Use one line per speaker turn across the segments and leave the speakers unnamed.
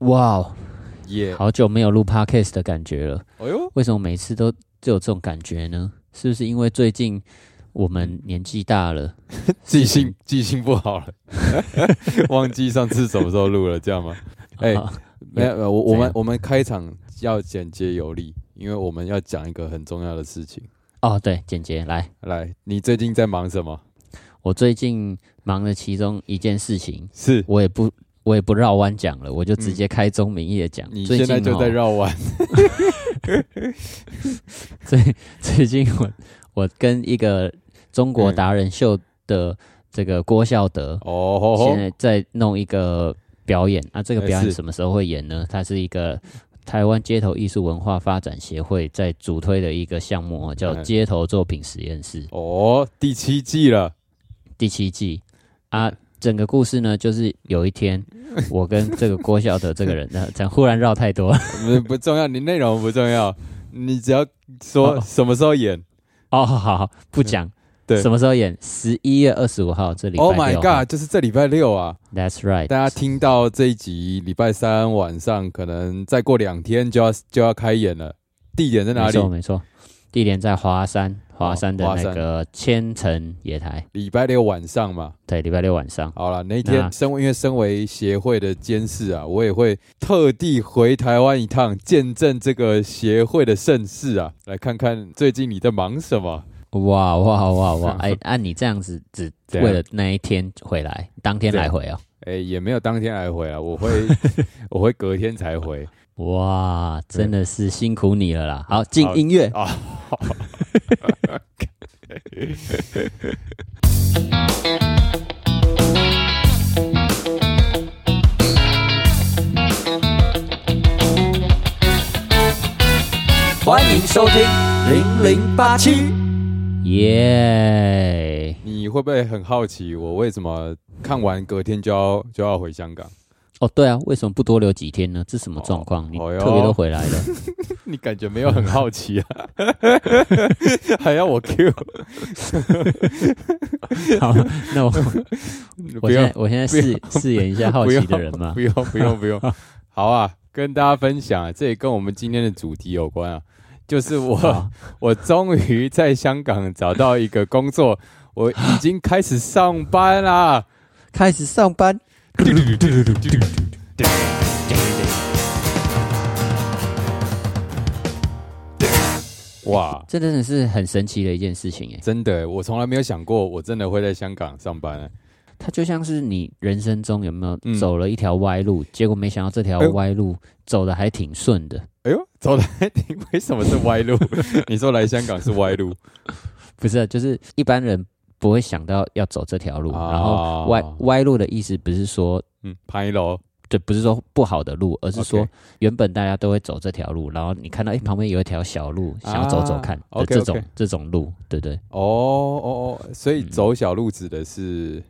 哇哦，
耶、
好久没有录 podcast 的感觉了。
哎呦，
为什么每次都只有这种感觉呢？是不是因为最近我们年纪大了？
记性记性不好了， 忘记上次什么时候录了，这样吗？哎
啊
没有，没有我我
怎
们
样
我们开场要简洁有力，因为我们要讲一个很重要的事情。
哦，对，简洁来，
来，你最近在忙什么？
我最近忙的其中一件事情，
是
我也不我也不绕弯讲了，我就直接开宗明义的讲。
嗯你
最近
现在就在
哦
绕弯，
最最近我我跟一个中
嗯
国达人秀的这个郭孝德，
哦吼吼
现，在在弄一个表演啊，这个
哎
表演
是
什么时候会演呢？它是一个台湾街头艺术文化发展协会在主推的一个项目哦，叫
哎
街头作品实验室
哦，第七季了，
第七季啊。整个故事呢，就是有一 天，我跟这个郭晓德这个人，那咱忽然绕太多了
不不重要，你内容不重要，你只要说
哦
什么时候演。
哦，好好好，不讲。
对
什么时候演？十一月二十五号，这礼拜
Oh my
六
god，就是这礼拜六啊，
That's right，
大家听到这一集礼拜三晚上，可能再过两天就要就要开演了。地点在
没
哪里
错？没错，地点在华山，华山的
哦华
那
山
个千层野台，
礼拜六晚上嘛。
对，礼拜六晚上。
好了，那一
那
天身为因为身为协会的监事啊，我也会特地回台湾一趟，见证这个协会的盛世啊，来看看最近你在忙什么。
哇哇哇哇！哎，按、你这样子，只
怎样
为了那一天回来，当天来回哦。
哎、也没有当天来回啊，我会 我会隔天才回
哇，真的是辛苦你了啦！好，进音乐。
啊。
欢迎收听零零八七。耶、
你会不会很好奇我为什么看完隔天就要就要回香港？
哦，对啊，为什么不多留几天呢？这什么状况？你
哦哟
特别都回来 了，
你感觉没有很好 奇啊？还要我 Q？
好，那我我
不
现
用
在我现在饰饰演一下好
不
奇
用
的人嘛
不。用不用不 用。好啊，跟大家分享啊，这也跟我们今天的主题有关啊，就是我
好
我终于在香港找到一个工作，我已经开始上班啦。
开始上班。
哇！
这真的是很神奇的一件事情哎，
真的，我从来没有想过，我真的会在香港上班。啊
它就像是你人生中有没有
嗯
走了一条歪路，结果没想到这条
哎呦
歪路走的还挺顺的，
哎呦，走的还挺，为什么是 歪路？你说来香港是歪路
不是啊、就是一般人不会想到要走这条路，
啊
然后哦歪歪路的意思不是说。
嗯，拍楼
对，不是说不好的路，而是说
OK 嗯
原本大家都会走这条路，然后你看到哎旁边有一条小路，想要走走看的
啊，OK，OK
这种这种路，对不对？
哦哦哦，所以
嗯
走小路指的是，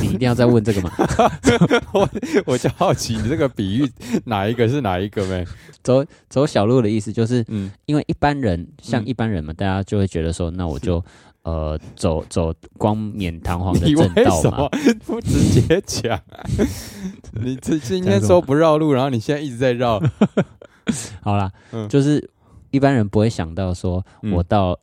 你一定要再问这个嘛？嗯
我就好奇你这个比喻哪一个是哪一 个呗？
走走小路的意思就是
嗯，
因为一般人像
嗯
一般人嘛，大家就会觉得说，那我 就呃走走光冕堂皇的
你为
哦正道
什
嘛
么。不直接 讲？你这今天说不绕路，然后你现在一直在绕，
好啦，
嗯
就是一般人不会想到说
嗯
我到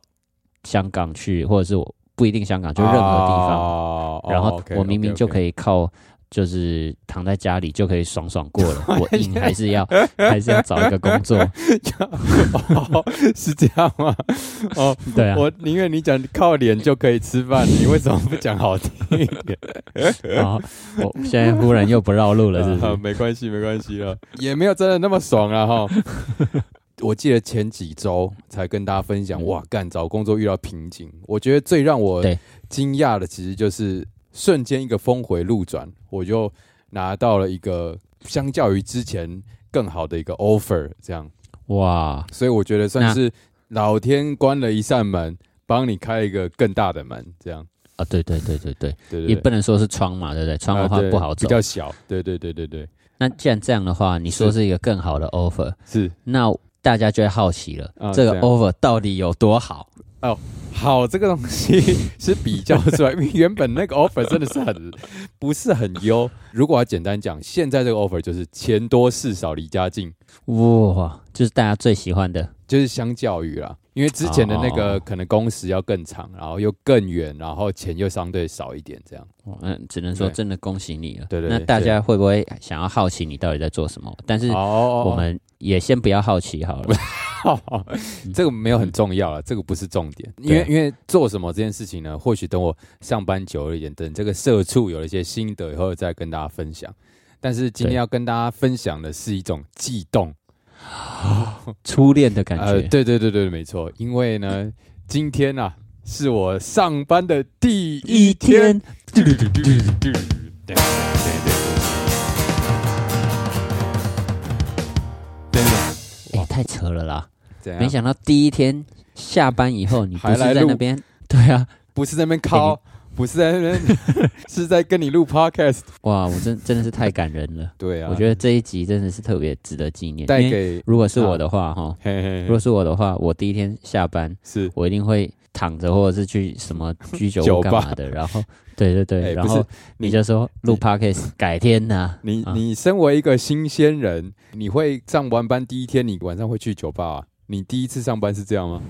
香港去，或者是我不一定香港，就任何地方，
哦
然后我明明就可
以，
以靠。就是躺在家里就可以爽爽过 了，我硬还是要还是要找一个工作，
哦是这样吗？ 哦，
对啊，
我宁愿你讲靠脸就可以吃饭，你为什么不讲好听一点？
然后我现在忽然又不绕 路了，是不
啊
是？
没关系，没关系啊了， 也没有真的那么爽啊哈。 我记得前几周才跟大家分享，
嗯
哇，干找工作遇到瓶颈。我觉得最让我
对
惊讶的，其实就是瞬间一个峰回路转，我就拿到了一个相较于之前更好的一个 offer，这样，
哇，
所以我觉得算
那
是老天关了一扇门，帮你开了一个更大的门，这样，
啊，对对对对对，
对对对，
也不能说是窗嘛，对不对？窗的
啊
话
对
不好走
比，较小，对对对对对，
那既然这样的话，你说是一个更好的 offer，
是。
那大家就会好奇了，
啊
这个
这样
offer 到底有多好？
好，这个东西 是比较出来，因为原本那个 offer 真的是很不是很优。如果要简单讲，现在这个 offer 就是钱多事少离家近，
哇，就是大家最喜欢的，
就是相较于啦，因为之前的那个
哦
可能工时要更长，然后又更远，然后钱又相对少一点，这样。
哇嗯，只能说
对
真的恭喜你了。
对对
那
对
大家会不会想要好奇你到底在做什么？但是
哦
我们也先不要好奇好了。
这个没有很重要了，这个不是重点，因为因为做什么这件事情呢？或许等我上班久了一点，等这个社畜有了一些心得以后，再跟大家分享。但是今天
对
要跟大家分享的是一种悸动，
初恋的感觉，
呃对对对对，没错，因为呢，今天啊是我上班的第一
一
天
天， 哎、太扯了啦！
怎
没
样？
想到第一天下班以后，你不
还
是
来
在
录
那边？ 对啊，
不是在那边敲，不是在那边， 是在跟你录 podcast。
哇，我真真的是太感人了。
对啊，
我觉得这一集真的是特别值得纪念。
带
因为
给啊嗯
如果是我的话，哈，
嘿嘿
如
嘿
果是我的话，我第一天下班，
是
我一定会躺着或者是去什么居酒
酒
屋
吧
干嘛的，然后对对对，
哎
然
不是
后
你
你就说录 podcast 改天呐、
你
啊
你身为一个新鲜人，你会上完班第一天，你晚上会去酒吧、啊？你第一次上班是这样吗？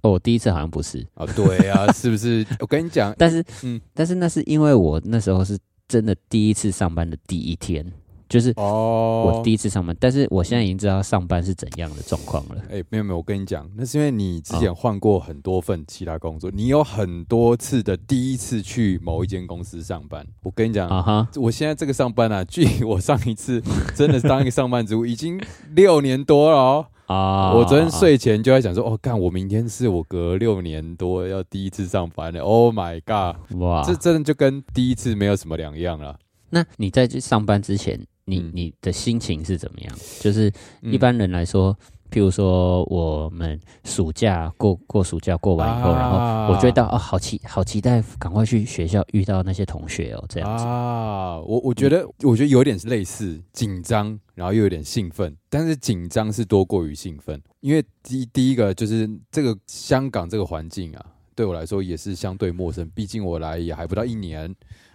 哦，我第一次好像不是，
啊，对啊，是不是？我跟你讲，
但是，
嗯
嗯，但是那是因为我那时候是真的第一次上班的第一天，就是
哦，
我第一次上班，但是我现在已经知道上班是怎样的状况了。
哎、没有没有，我跟你讲，那是因为你之
啊
前换过很多份其他工作，你有很多次的第一次去某一间公司上班。我跟你讲，
啊哈，
我现在这个上班啊， 距我上一次真的是当一个上班族已经六年多了哦。
啊！
我昨天睡前就在想说，哦，干，我明天是我隔六年多要第一次上班了。Oh my god，、
哇，
这真的就跟第一次没有什么两样了。
那你在去上班之前，你、
嗯
你的心情是怎么样？就是
嗯
一般人来说，譬如说我们暑假过过暑假过完以后，然
啊
后我觉得哦，好期好期待，赶快去学校遇到那些同学哦，这样子。嗯
啊，我我觉得、我觉得有点类似紧张，然后又有点兴奋，但是紧张是多过于兴奋，因为第第一个就是这个香港这个环境啊，对我来说也是相对陌生，毕竟我来也还不到一年。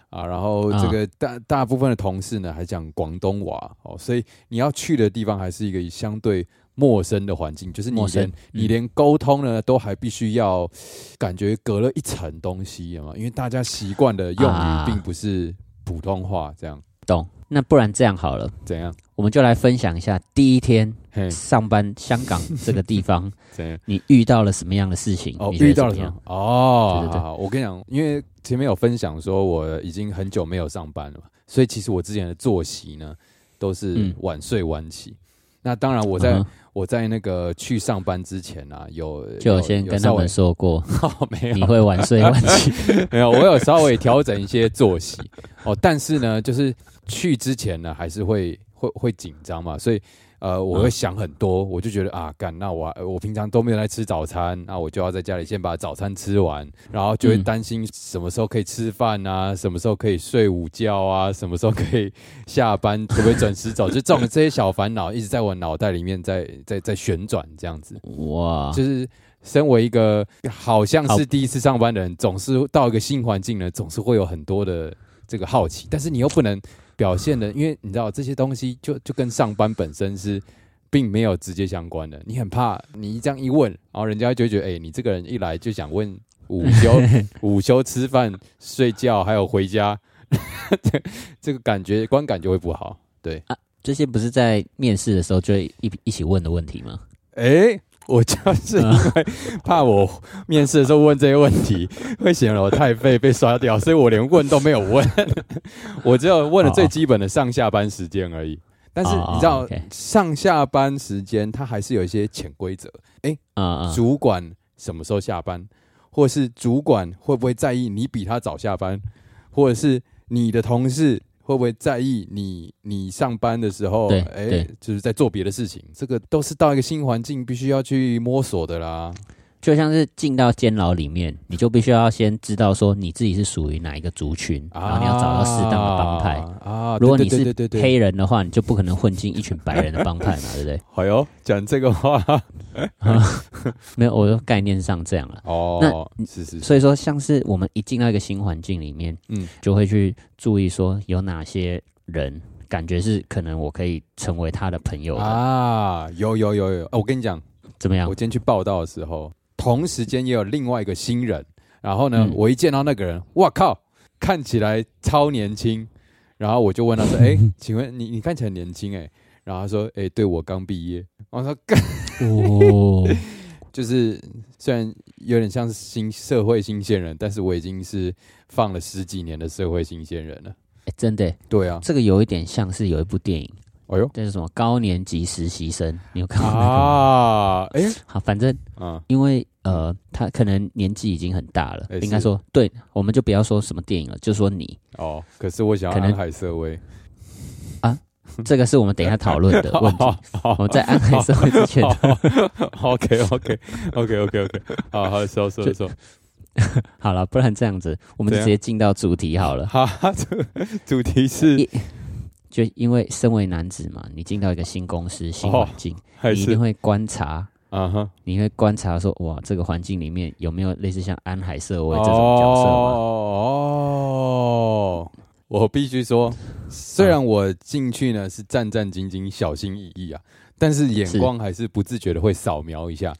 啊，然后这个大、大部分的同事呢还讲广东话哦，所以你要去的地方还是一个相对陌生的环境，就是你
陌生
连、
嗯
你连沟通呢都还必须要感觉隔了一层东西嘛，因为大家习惯的用语
啊
并不是普通话，这样
懂？那不然这样好了，
怎样？
我们就来分享一下第一天
嘿，
上班香港这个地方，
怎样？
你遇到了什么样的事情？
哦，
你觉得
遇到了
怎
什
么样
么？哦，
对对对
好好我跟你讲，因为前面有分享说我已经很久没有上班了嘛，所以其实我之前的作息呢都是
嗯
晚睡晚起。那当然，我在、
嗯哼
我在那个去上班之前啊，有
就有先跟他们
说、
说过，
哦、没有
你会晚睡晚 起。
没有，我有稍微调整一些作息哦，但是呢，就是去之前呢，还是会会会紧张嘛，所以呃，我会想很多，我就觉得啊，干，那我我平常都没有来吃早餐，那我就要在家里先把早餐吃完，然后就会
嗯
担心什么时候可以吃饭啊，什么时候可以睡午觉啊，什么时候可以下班，可不可以准时走，就这种这些小烦恼一直在我脑袋里面在在在旋转这样子。
哇，
就是身为一个好像
啊好
是第一次上班的人，总是到一个新环境呢，总是会有很多的这个好奇，但是你又不能表现的，因为你知道这些东西就就跟上班本身是。并没有直接相关的，你很怕你这样一问，然后人家就会觉得，哎、你这个人一来就想问午休、午休、吃饭、睡觉，还有回家， 这这个感觉观感就会不好。对，
这些不是在面试的时候就会一一起问的问题吗？
诶，哎我就是因为怕我面试的时候问这些问题，会显得我太废被刷掉，所以我连问都没有问， 我只有问了最基本的上下班时间而已。但是
哦
你知道
OK
上下班时间它还是有一些潜规则，
啊啊，
主管什么时候下班，或是主管会不会在意你比他早下班，或者是你的同事会不会在意你你上班的时候，
对
哎、
对
就是在做别的事情，这个都是到一个新环境必须要去摸索的啦。
就像是进到监牢里面，你就必须要先知道说你自己是属于哪一个族群，然啊后你要找到适当的帮派。
啊。
如果你
对
是
对对对对，
黑人的话，你就不可能混进一群白人的帮派嘛， 对不对？啊
好哟，哎讲这个话
没有，我说概念上这样了。
哦，是是是，
所以说，像是我们一进到一个新环境里面，
嗯
就会去注意说有哪些人感觉是可能我可以成为他的朋友的，
啊，有有有有，哦我跟你讲，
怎么样
我？今天去报道的时候，同时间也有另外一个新人，然后呢，
嗯
我一见到那个人，哇靠，看起来超年轻，然后我就问他 说：“哎、请问你你看起来很年轻哎、然后他说：“哎、对我刚毕业。”我说：“干，
哦，
就是虽然有点像是新社会新鲜人，但是我已经是放了十几年的社会新鲜人了。
哎真的耶，”
对啊，
这个有一点像是有一部电影，
哎呦
这是什么高年级实习生，你有看过那个吗？
啊，哎、
好，反正
啊，
因为呃，他可能年纪已经很大了，
哎
应该
是
说，对，我们就不要说什么电影了，就说你，
哦，可是我想要
可能
安海瑟薇，嗯
这个是我们等一下讨论 的问题。
好
我们在安海社会之前，
OK OK OK OK OK，好好收收收，
好了，不然这样子，我们就
怎样
直接进到主题好了。
哈，主主题是
一就因为身为男子嘛，你进到一个新公司、新
哦
环境，
还
你一定
是
会观察，
啊哈，
你会观察说，哇，这个环境里面有没有类似像安海社会
哦
这种角色嘛？
哦，我必须说，虽
嗯
然我进去呢是战战兢兢、小心翼翼啊，但是眼
是
光还是不自觉的会扫描 一下。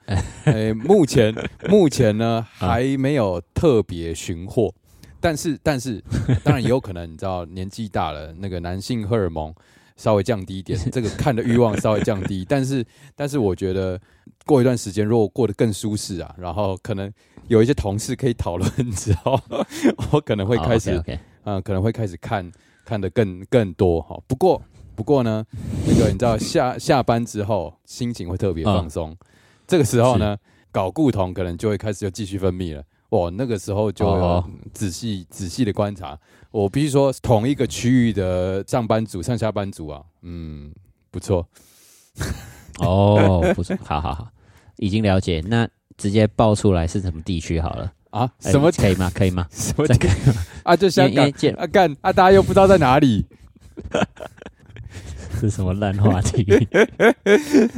哎，目前目前呢
啊
还没有特别寻获。但是，但是，当然也有可能，你知道，年纪大了，那个男性荷尔蒙稍微降低一点，这个看的欲望稍微降低。但是，但是我觉得过一段时间，如果过得更舒适啊，然后可能有一些同事可以讨论之后， 我可能会开始，
o
嗯、
k
可能会开始看看的更更多哈、不过，不过呢，那个你知道下下班之后心情会特
嗯
别放松，这个时候呢，睾固酮可能就会开始又继续分泌了。哇，那个时候就会有
哦
仔细仔细的观察。我必须说，同一个区域的上班族、上下班族啊，嗯，不错。
哦，不错，好好好，已经了解。那直接报出来是什么地区好了？
啊，
哎
什么、
可以吗？可以吗？
什么
再看，
啊？就
因
香
为因
港
为见
啊，干啊，大家又不知道在哪里，
是什么烂话 题？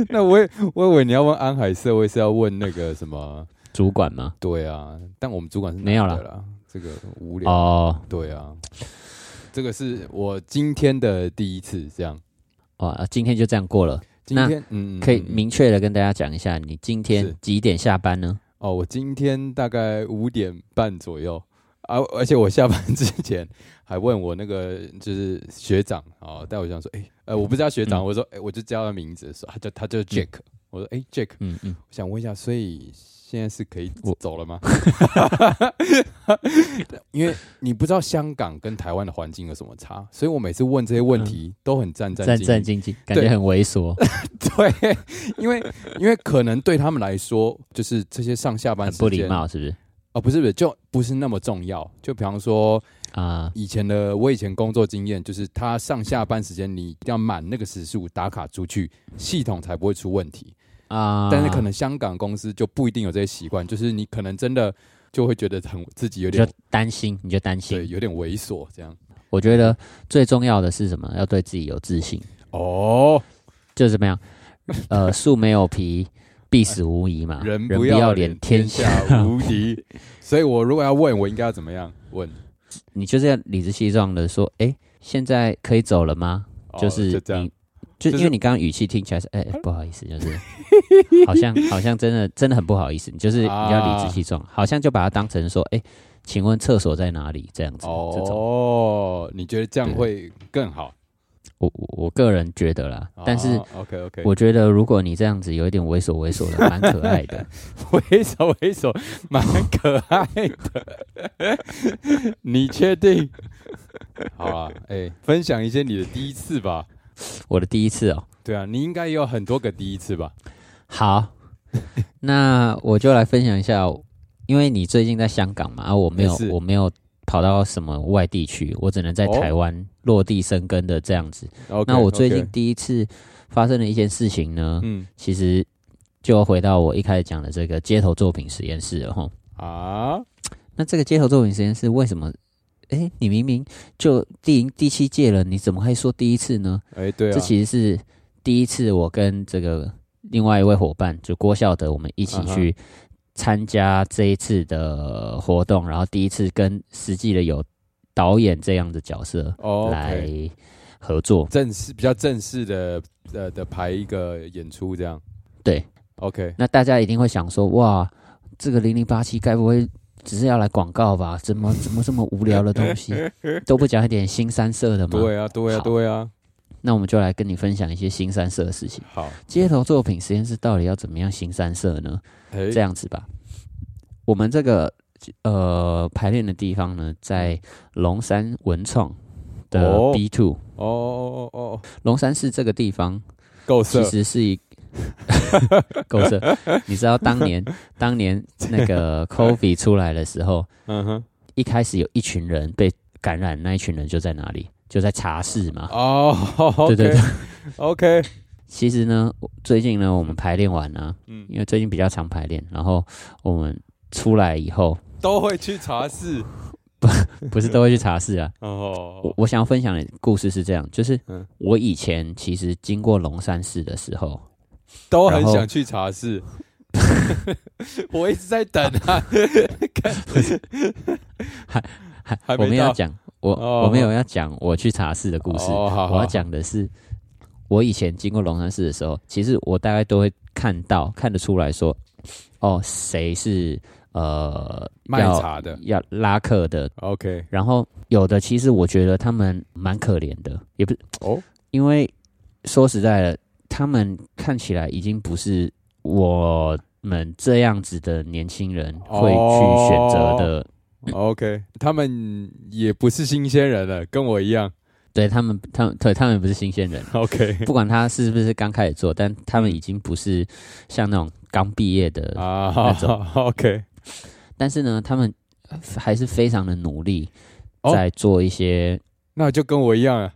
那我也我以为你要问安海社会是要问那个什么？
主管吗？
对啊，但我们主管是男的
没有啦
啦，这个无聊。
哦，
对啊，这个是我今天的第一次这样。
哇，哦啊今天就这样过了。
今
那
天嗯，嗯
可以
嗯
明确的跟大家讲一下，你今
是
天几点下班呢？
哦，我今天大概五点半左右啊，而且我下班之 前还问我那个就是学长啊、哦，但我想说，哎、呃，我不知道学长，
嗯
我说，哎、我就叫他名字，说他叫他叫 Jack，、我说，哎、j a c k
嗯嗯，
我想问一下，所以现在是可以
我
走了吗？因为你不知道香港跟台湾的环境有什么差，所以我每次问这些问题都很战战
嗯战战。
兢兢
兢兢，感觉很猥琐，
对， 因为因为可能对他们来说，就是这些上下班
很
时
不礼
间
貌，是不是？
哦，不是不是，就不是那么重要。就比方说，
啊，
以前的我以前工作经验，就是他上下班时间你一定要满那个时数打卡出去，系统才不会出问题。
啊，
但是可能香港公司就不一定有这些习惯，就是你可能真的就会觉得很自己有
你就
点
担心，你就担
对
心。
有点猥琐这样。
我觉得最重要的是什么？要对自己有自信，
哦，
就是怎么样？呃，树没有皮，必死无疑嘛。
人
不
不要
脸，
天
天下
下无敌。所以我如果要问，我应该要怎么样问？
你就是要理直气壮的说，哎，现在可以走了吗？
哦
就是
就这样
你，就
就是
因为你刚刚语气听起来是，哎、不好意思，就是好像好像真的真的很不好意思，你就是你要理直气壮，好像就把它当成说，哎、请问厕所在哪里？这样子，这种
哦，你觉得这样会更好？
我我我个人觉得啦，
哦
但是。
OK OK，
我觉得，如果你这样子有一点猥琐猥琐的，蛮可爱 的。
挥手挥手，蛮可爱的。你确定？好啊，哎、分享一些你的第一次吧。
我的第一次哦、
对啊，你应该也有很多个第一次吧？
好，那我就来分享一下，因为你最近在香港嘛，啊，我没有
也是，
我没有跑到什么外地去，我只能在
哦
台湾落地生根的这样子。
o
那我最近第一次发生的一件事情呢，
嗯，
其实就回到我一开始讲的这个街头作品实验室了哈。
啊，
那这个街头作品实验室为什么？哎，你明明就第第七届了，你怎么会说第一次呢？
哎、对啊，
这其实是第一次我跟这个另外一位伙伴，就郭孝德，我们一起
嗯哼
去参加这一次的活动，然后第一次跟实际的有导演这样的角色
哦，
来合作。
正式比较正式的呃的排一个演出这样。
对
，OK，
那大家一定会想说，哇，这个零零八七该不会只是要来广告吧？怎么怎么这么无聊的东 西都不讲一点新三色的吗？
对啊，对啊，
好
对啊，
那我们就来跟你分享一些新三色的事情。
好，
街头作品实验室到底要怎么样新三色呢？
哎、
这样子吧，我们这个呃排练的地方呢，在龙山文创的
哦
B two，
哦哦哦哦，
龙山市这个地方
够色
其，实是一 够色。你知道当年 当年那个 COVID 出来的时候，
嗯哼，
一开始有一群人被感染，那一群人就在哪里？就在茶室嘛。
哦，
啊对对对
o k
其实呢，最近呢，我们排练完啊，
嗯，
因为最近比较常排练，然后我们出来以后，
都会去茶室，
不是都会去茶室啊，我
哦，
我想要分享的故事是这样，就是
嗯
我以前其实经过龙山寺的时候，
都很
然后
想去茶室。 我一直在等 啊，
还
还没
我们要
到
讲我、
哦
我没有要讲我去茶室的故事，
哦，好，
我要
好
讲的是我以前经过龙山寺的时候，其实我大概都会看到看得出来说，哦，谁是呃
卖
要
茶的
要拉客的，
，OK，
然后有的其实我觉得他们蛮可怜的，也不是
哦，
因为说实在的，他们看起来已经不是我们这样子的年轻人
哦
会去选择的，
OK，他们也不是新鲜人了，跟我一样。
对他们，他们对他们不是新鲜人，
OK
不管他是不是刚开始做，但他们已经不是像那种刚毕业的，
啊
那种
，OK，
但是呢，他们还是非常的努力，
哦
在做一些。
那就跟我一样啊。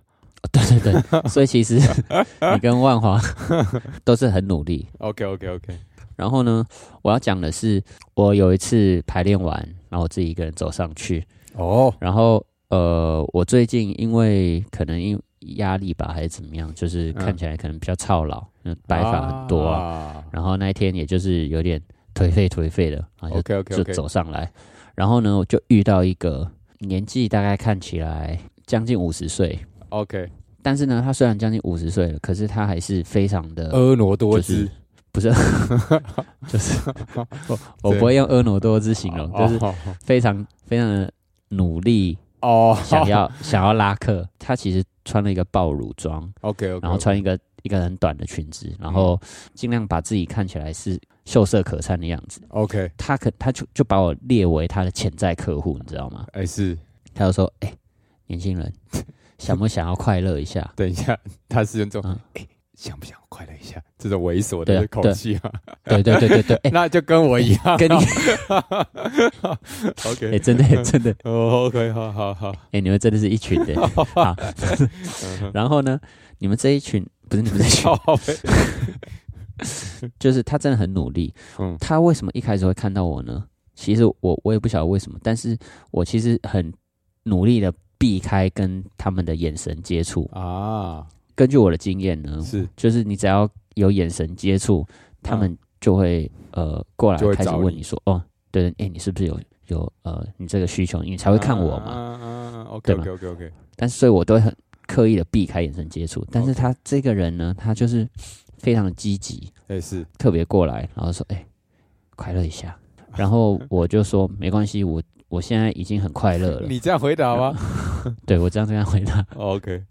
对对对，所以其实 你跟万华 都是很努力，
OK，OK，OK，
然后呢，我要讲的是，我有一次排练完，然后我自己一个人走上去，
哦，
然后呃，我最近因为可能因压力吧，还是怎么样，就是看起来可能比较操劳，嗯、白发很多啊。
啊。
然后那一天也就是有点颓废颓废的，然后就
OK，OK，OK，
就走上来。然后呢，我就遇到一个年纪大概看起来将近五十岁，
OK，
但是呢，他虽然将近五十岁了，可是他还是非常的
婀娜多
就是
姿，
不是， 就是我我不会用婀娜多姿形容，就是
哦
非常非常的努力，
哦，
想要想要拉客。她其实穿了一个爆乳装，
OK，OK，
然后穿一个一个很短的裙子，然后尽量把自己看起来是秀色可餐的样子。
OK，
她可她就就把我列为她的潜在客户，你知道吗？
哎是，
她就说：“哎、年轻人，想不想要快乐一下？”
等一下， 他是用这种
嗯
哎想不想快乐一下这种猥琐
对
的
啊
口
对
气啊？
对对对对对，哎、
那就跟我一样，
跟你 哎、
OK，
真的真的，
哦 OK，好好好，
哎、你们真的是一群的。好，然后呢，你们这一群不是你们这一群，
好，
就是他真的很努力。
嗯
他为什么一开始会看到我呢？其实我我也不晓得为什么，但是我其实很努力的避开跟他们的眼神接触。
啊，
根据我的经验呢，
是
就是你只要有眼神接触，他们就会、呃过来
就会
开始
找
问
你
你说，哦，对，哎、你是不是有有呃你这个需求，你才会看我
啊
嘛？
嘛
对
？OK
吗
OK OK OK，
但是所以我都会很刻意的避开眼神接触。但是
OK
他这个人呢，他就是非常的积极，
哎是，
特别过来，然后说：“哎、快乐一下。”然后我就说：“没关系，我我现在已经很快乐了。
你这样回答吗
对”我这样这样回答，
？OK，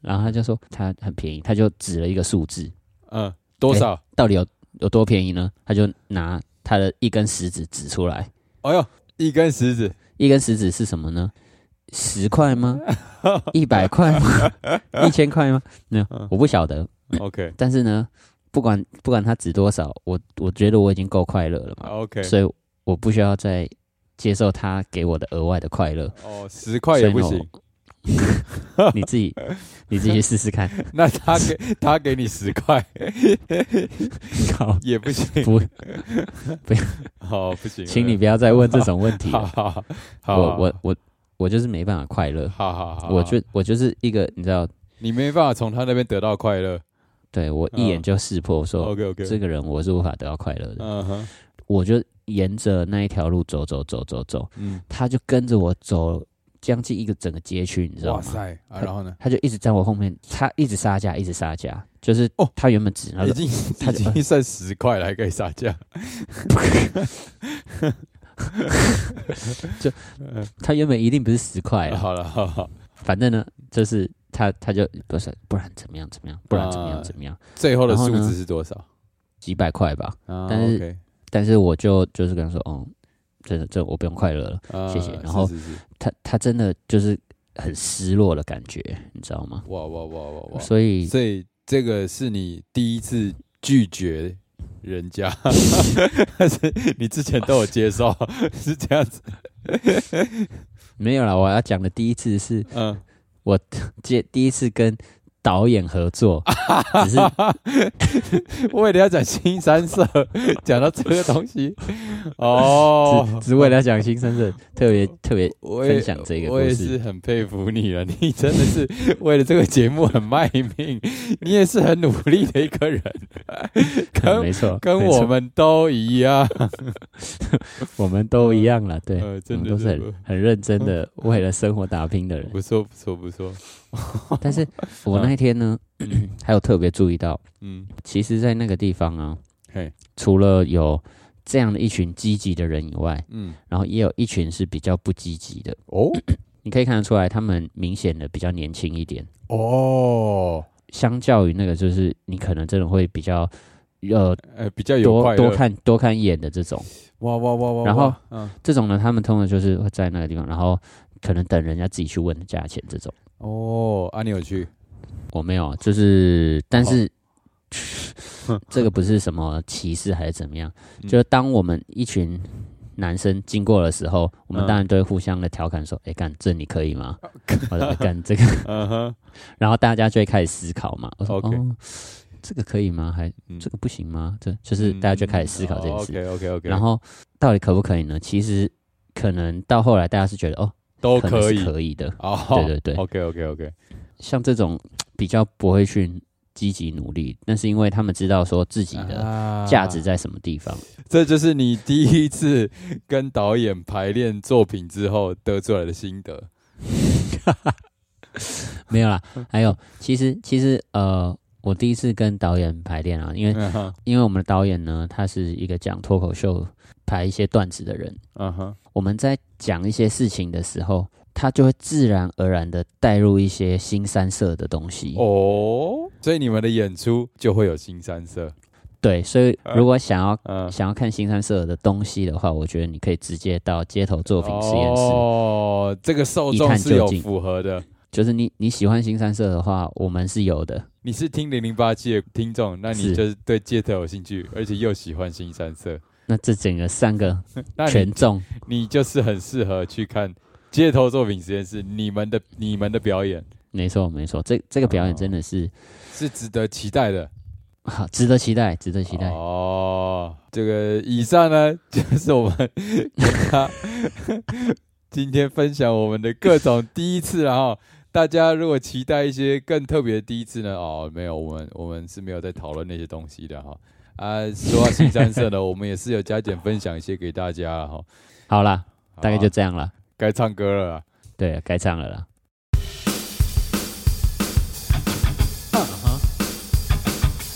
然后他就说他很便宜，他就指了一个数字，
嗯，多少？
到底有有多便宜呢？他就拿他的一根食指指出来，
哎呦，一根食指，
一根食指是什么呢？十块吗？一百块吗？一千块吗？没有，我不晓得。
OK
但是呢，不管不管他值多少，我我觉得我已经够快乐了嘛，
OK，
所以我不需要再接受他给我的额外的快乐。
哦，十块也不
所以
行
呢你自己你自己去试试 看。
那他给他给你十块
好，
也不行，
不不
好不行了，
请你不要再问这种问题
好
了。
好好好，
我我我我就是没办法快乐，
好好好，
我就我就是一个你知道，
你没办法从他那边得到快乐。
对我一眼就识破说
嗯 OK OK，
这个人我是无法得到快乐的。
嗯哼
我就沿着那一条路走走走走走，
嗯，
他就跟着我走将近一个整个街区，你知道
哇
吗？
塞啊，然后呢？
他就一直在我后面，他一直杀价，一直杀价，就是
哦
他原本只拿
已
了
经
他
已
就
经算十块了，还可以杀价。
就
嗯
他原本一定不是十块啊，
好了，好好，
反正呢，就是他他就不是，不然怎么样怎么样，不然怎么
啊
样怎么样，
最后的
然后
数
呢
字是多少？
几百块吧。
啊
但是
OK，
但是我就就是跟他说，哦、真的，这我不用快乐了。
啊
谢谢然后
是是是
他他真的就是很失落的感觉，你知道吗？
哇哇哇哇哇！
所以
所以这个是你第一次拒绝 人家，但是你之前都有接受， 是这样子。
没有啦，我要讲的第一次是
嗯，
接第一次跟导演合作，只 是
我为了要讲新三色，讲到这个东西，哦，
只只为了讲新生的特别特别
我也
分享这个故
我也
事
是很佩服你了， 你真的是为了这个节目很卖命， 你也是很努力的一 个人，跟
没错，
跟
没
我
错
们都一样，
我们都一样了， 对，
呃真
我们
的
都是
是
很很认真的为了生活打拼的人。
不错不错不错，
但是 我那一天呢，还有特别注意到，
嗯，
其实，在那个地方啊，
嘿，
除了有这样的一群积极的人以外，
嗯，
然后也有一群是比较不积极的。
哦
你可以看得出来，他们明显的比较年轻一点，
哦，
相较于那个，就是你可能真的会比较呃
呃，比较有快
多
乐，
多看多看一眼的这种。
哇哇哇哇，
然
哇
后
嗯，
这种呢，他们通常就是会在那个地方，然后可能等人家自己去问价钱这种。
哦，啊，你有去，
我没有，就是但是、 这个不是什么歧视还是怎么样，
哦嗯
就是当我们一群男生经过的时候，我们
嗯
当然都会互相的调侃说：“哎、干这你可以 吗？”我说哎干、这个，
嗯哼，
然后大家就会开始思考嘛。我说
OK
哦，这个可以吗？还
嗯哦
这个不行吗？这就是大家就开始思考这件事。
，OK OK OK，
然后到底可不可以呢？其实可能到后来大家是觉得哦，
都
可能
可
是
以，
可以的。
哦，
对对对
，OK OK OK，
像这种比较不会去积极努力，那是因为他们知道说自己的
啊
价值在什么地方。
这就是你第一次跟导演排练作品之后得出来的心得。
没有啦， 还有其实其实呃，我第一次跟导演排练啊，因为、
嗯哼，
因为我们的导演呢，他是一个讲脱口秀排一些段子的人，
嗯哼，
我们在讲一些事情的时候。他就会自然而然的带入一些新三色的东西，
哦，所以你们的演出就会有新三色。
对，所以如果想要、
嗯，
想要看新三色的东西的话，我觉得你可以直接到街头作品实验室，
哦，这个受
一
众
探
是
究
有
竟
符合的。
就是你你喜欢新三色的话，我们是有的。
你是听零零八七的听众，那你
是
就是对街头有兴趣，而且又喜欢新三色，
那这整个三个
那你
权重，
你就是很适合去看街头作品实验室你们的你们的表演
没错没错，这这个表演真
哦
的是
是值得期待的。
好、值得期待，值得期待。
哦，这个以上呢，就是我们跟 他今天分享我们的各种第一次然后大家如果期待一些更特别的第一次呢，哦，没有，我们我们是没有在讨论那些东西的哈。啊，说到新三色 呢，我们也是有加减分享一些给大家了哈。
好啦，
啊
大概就
好啊
这样了，
该唱歌了啊啦。
对，该唱了啦。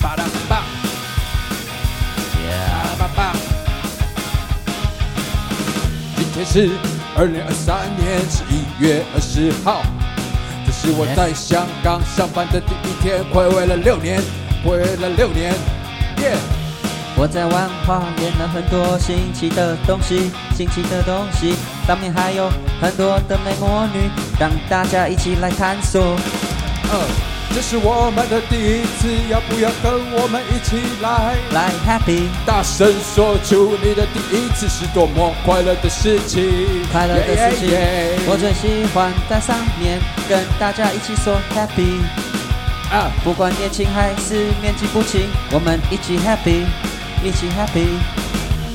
巴拉巴，巴拉巴巴，
今天是二零二三年十一月二十号，这是我在香港上班的第一天，回味了六年，回味了六年，耶、
我在万华练了很多新奇的东西，新奇的东西，当面还有很多的美魔女，让大家一起来探索。
嗯，这是我们的第一次，要不要跟我们一起来？
来 happy
大声说出你的第一次是多么快乐的事情，
快乐的事
Yeah,
情
yeah, yeah
我最喜欢在上面跟大家一起说 happy，
啊，
不管年轻还是年纪不轻，我们一起 happy，一起 happy。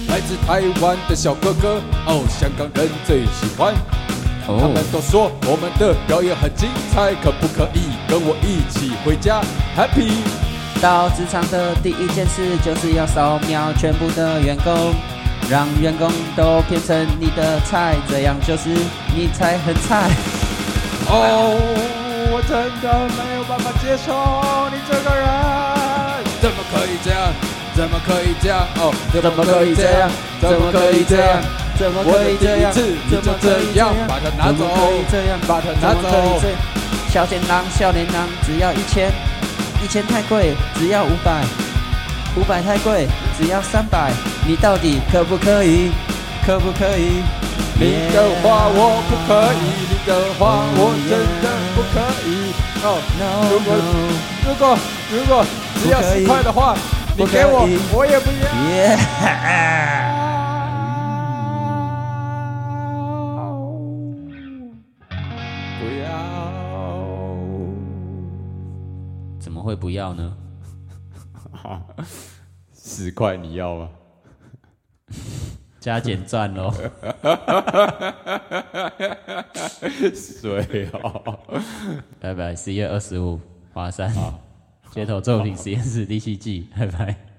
来自台湾的小哥哥，哦，香港人最喜欢。他们都说我们的表演很精彩，可不可以跟我一起回家？Happy，
到职场的第一件事就是要扫描全部的员工，让员工都变成你的菜，这样就是你才很菜。
哦，我真的没有办法接受你这个人，怎么可以这样？怎么可以这样？哦，怎么可以这样？怎么可以这样？？
怎么
我
可
的
以
第
这
一
样？
次你就这样把它拿走
怎么可以这样？
把它拿
怎么可以
走
这。样？小钱囊、小钱囊，只要一千，一千太贵，只要五百，五百太贵，只要三百，你到底可不可以？可不可以？
你的话我不可以，你的话我真的不可以。哦，
No,
如果
no.
如果如果只要
不可以
十块的话，你
不可以
给我，我也不要。
耶！
不
怎么会不要呢？
要，十块你要吗？
加减站喽。
水哦，
拜拜，十一月二十五，华山街头作品实验室第七季，拜拜。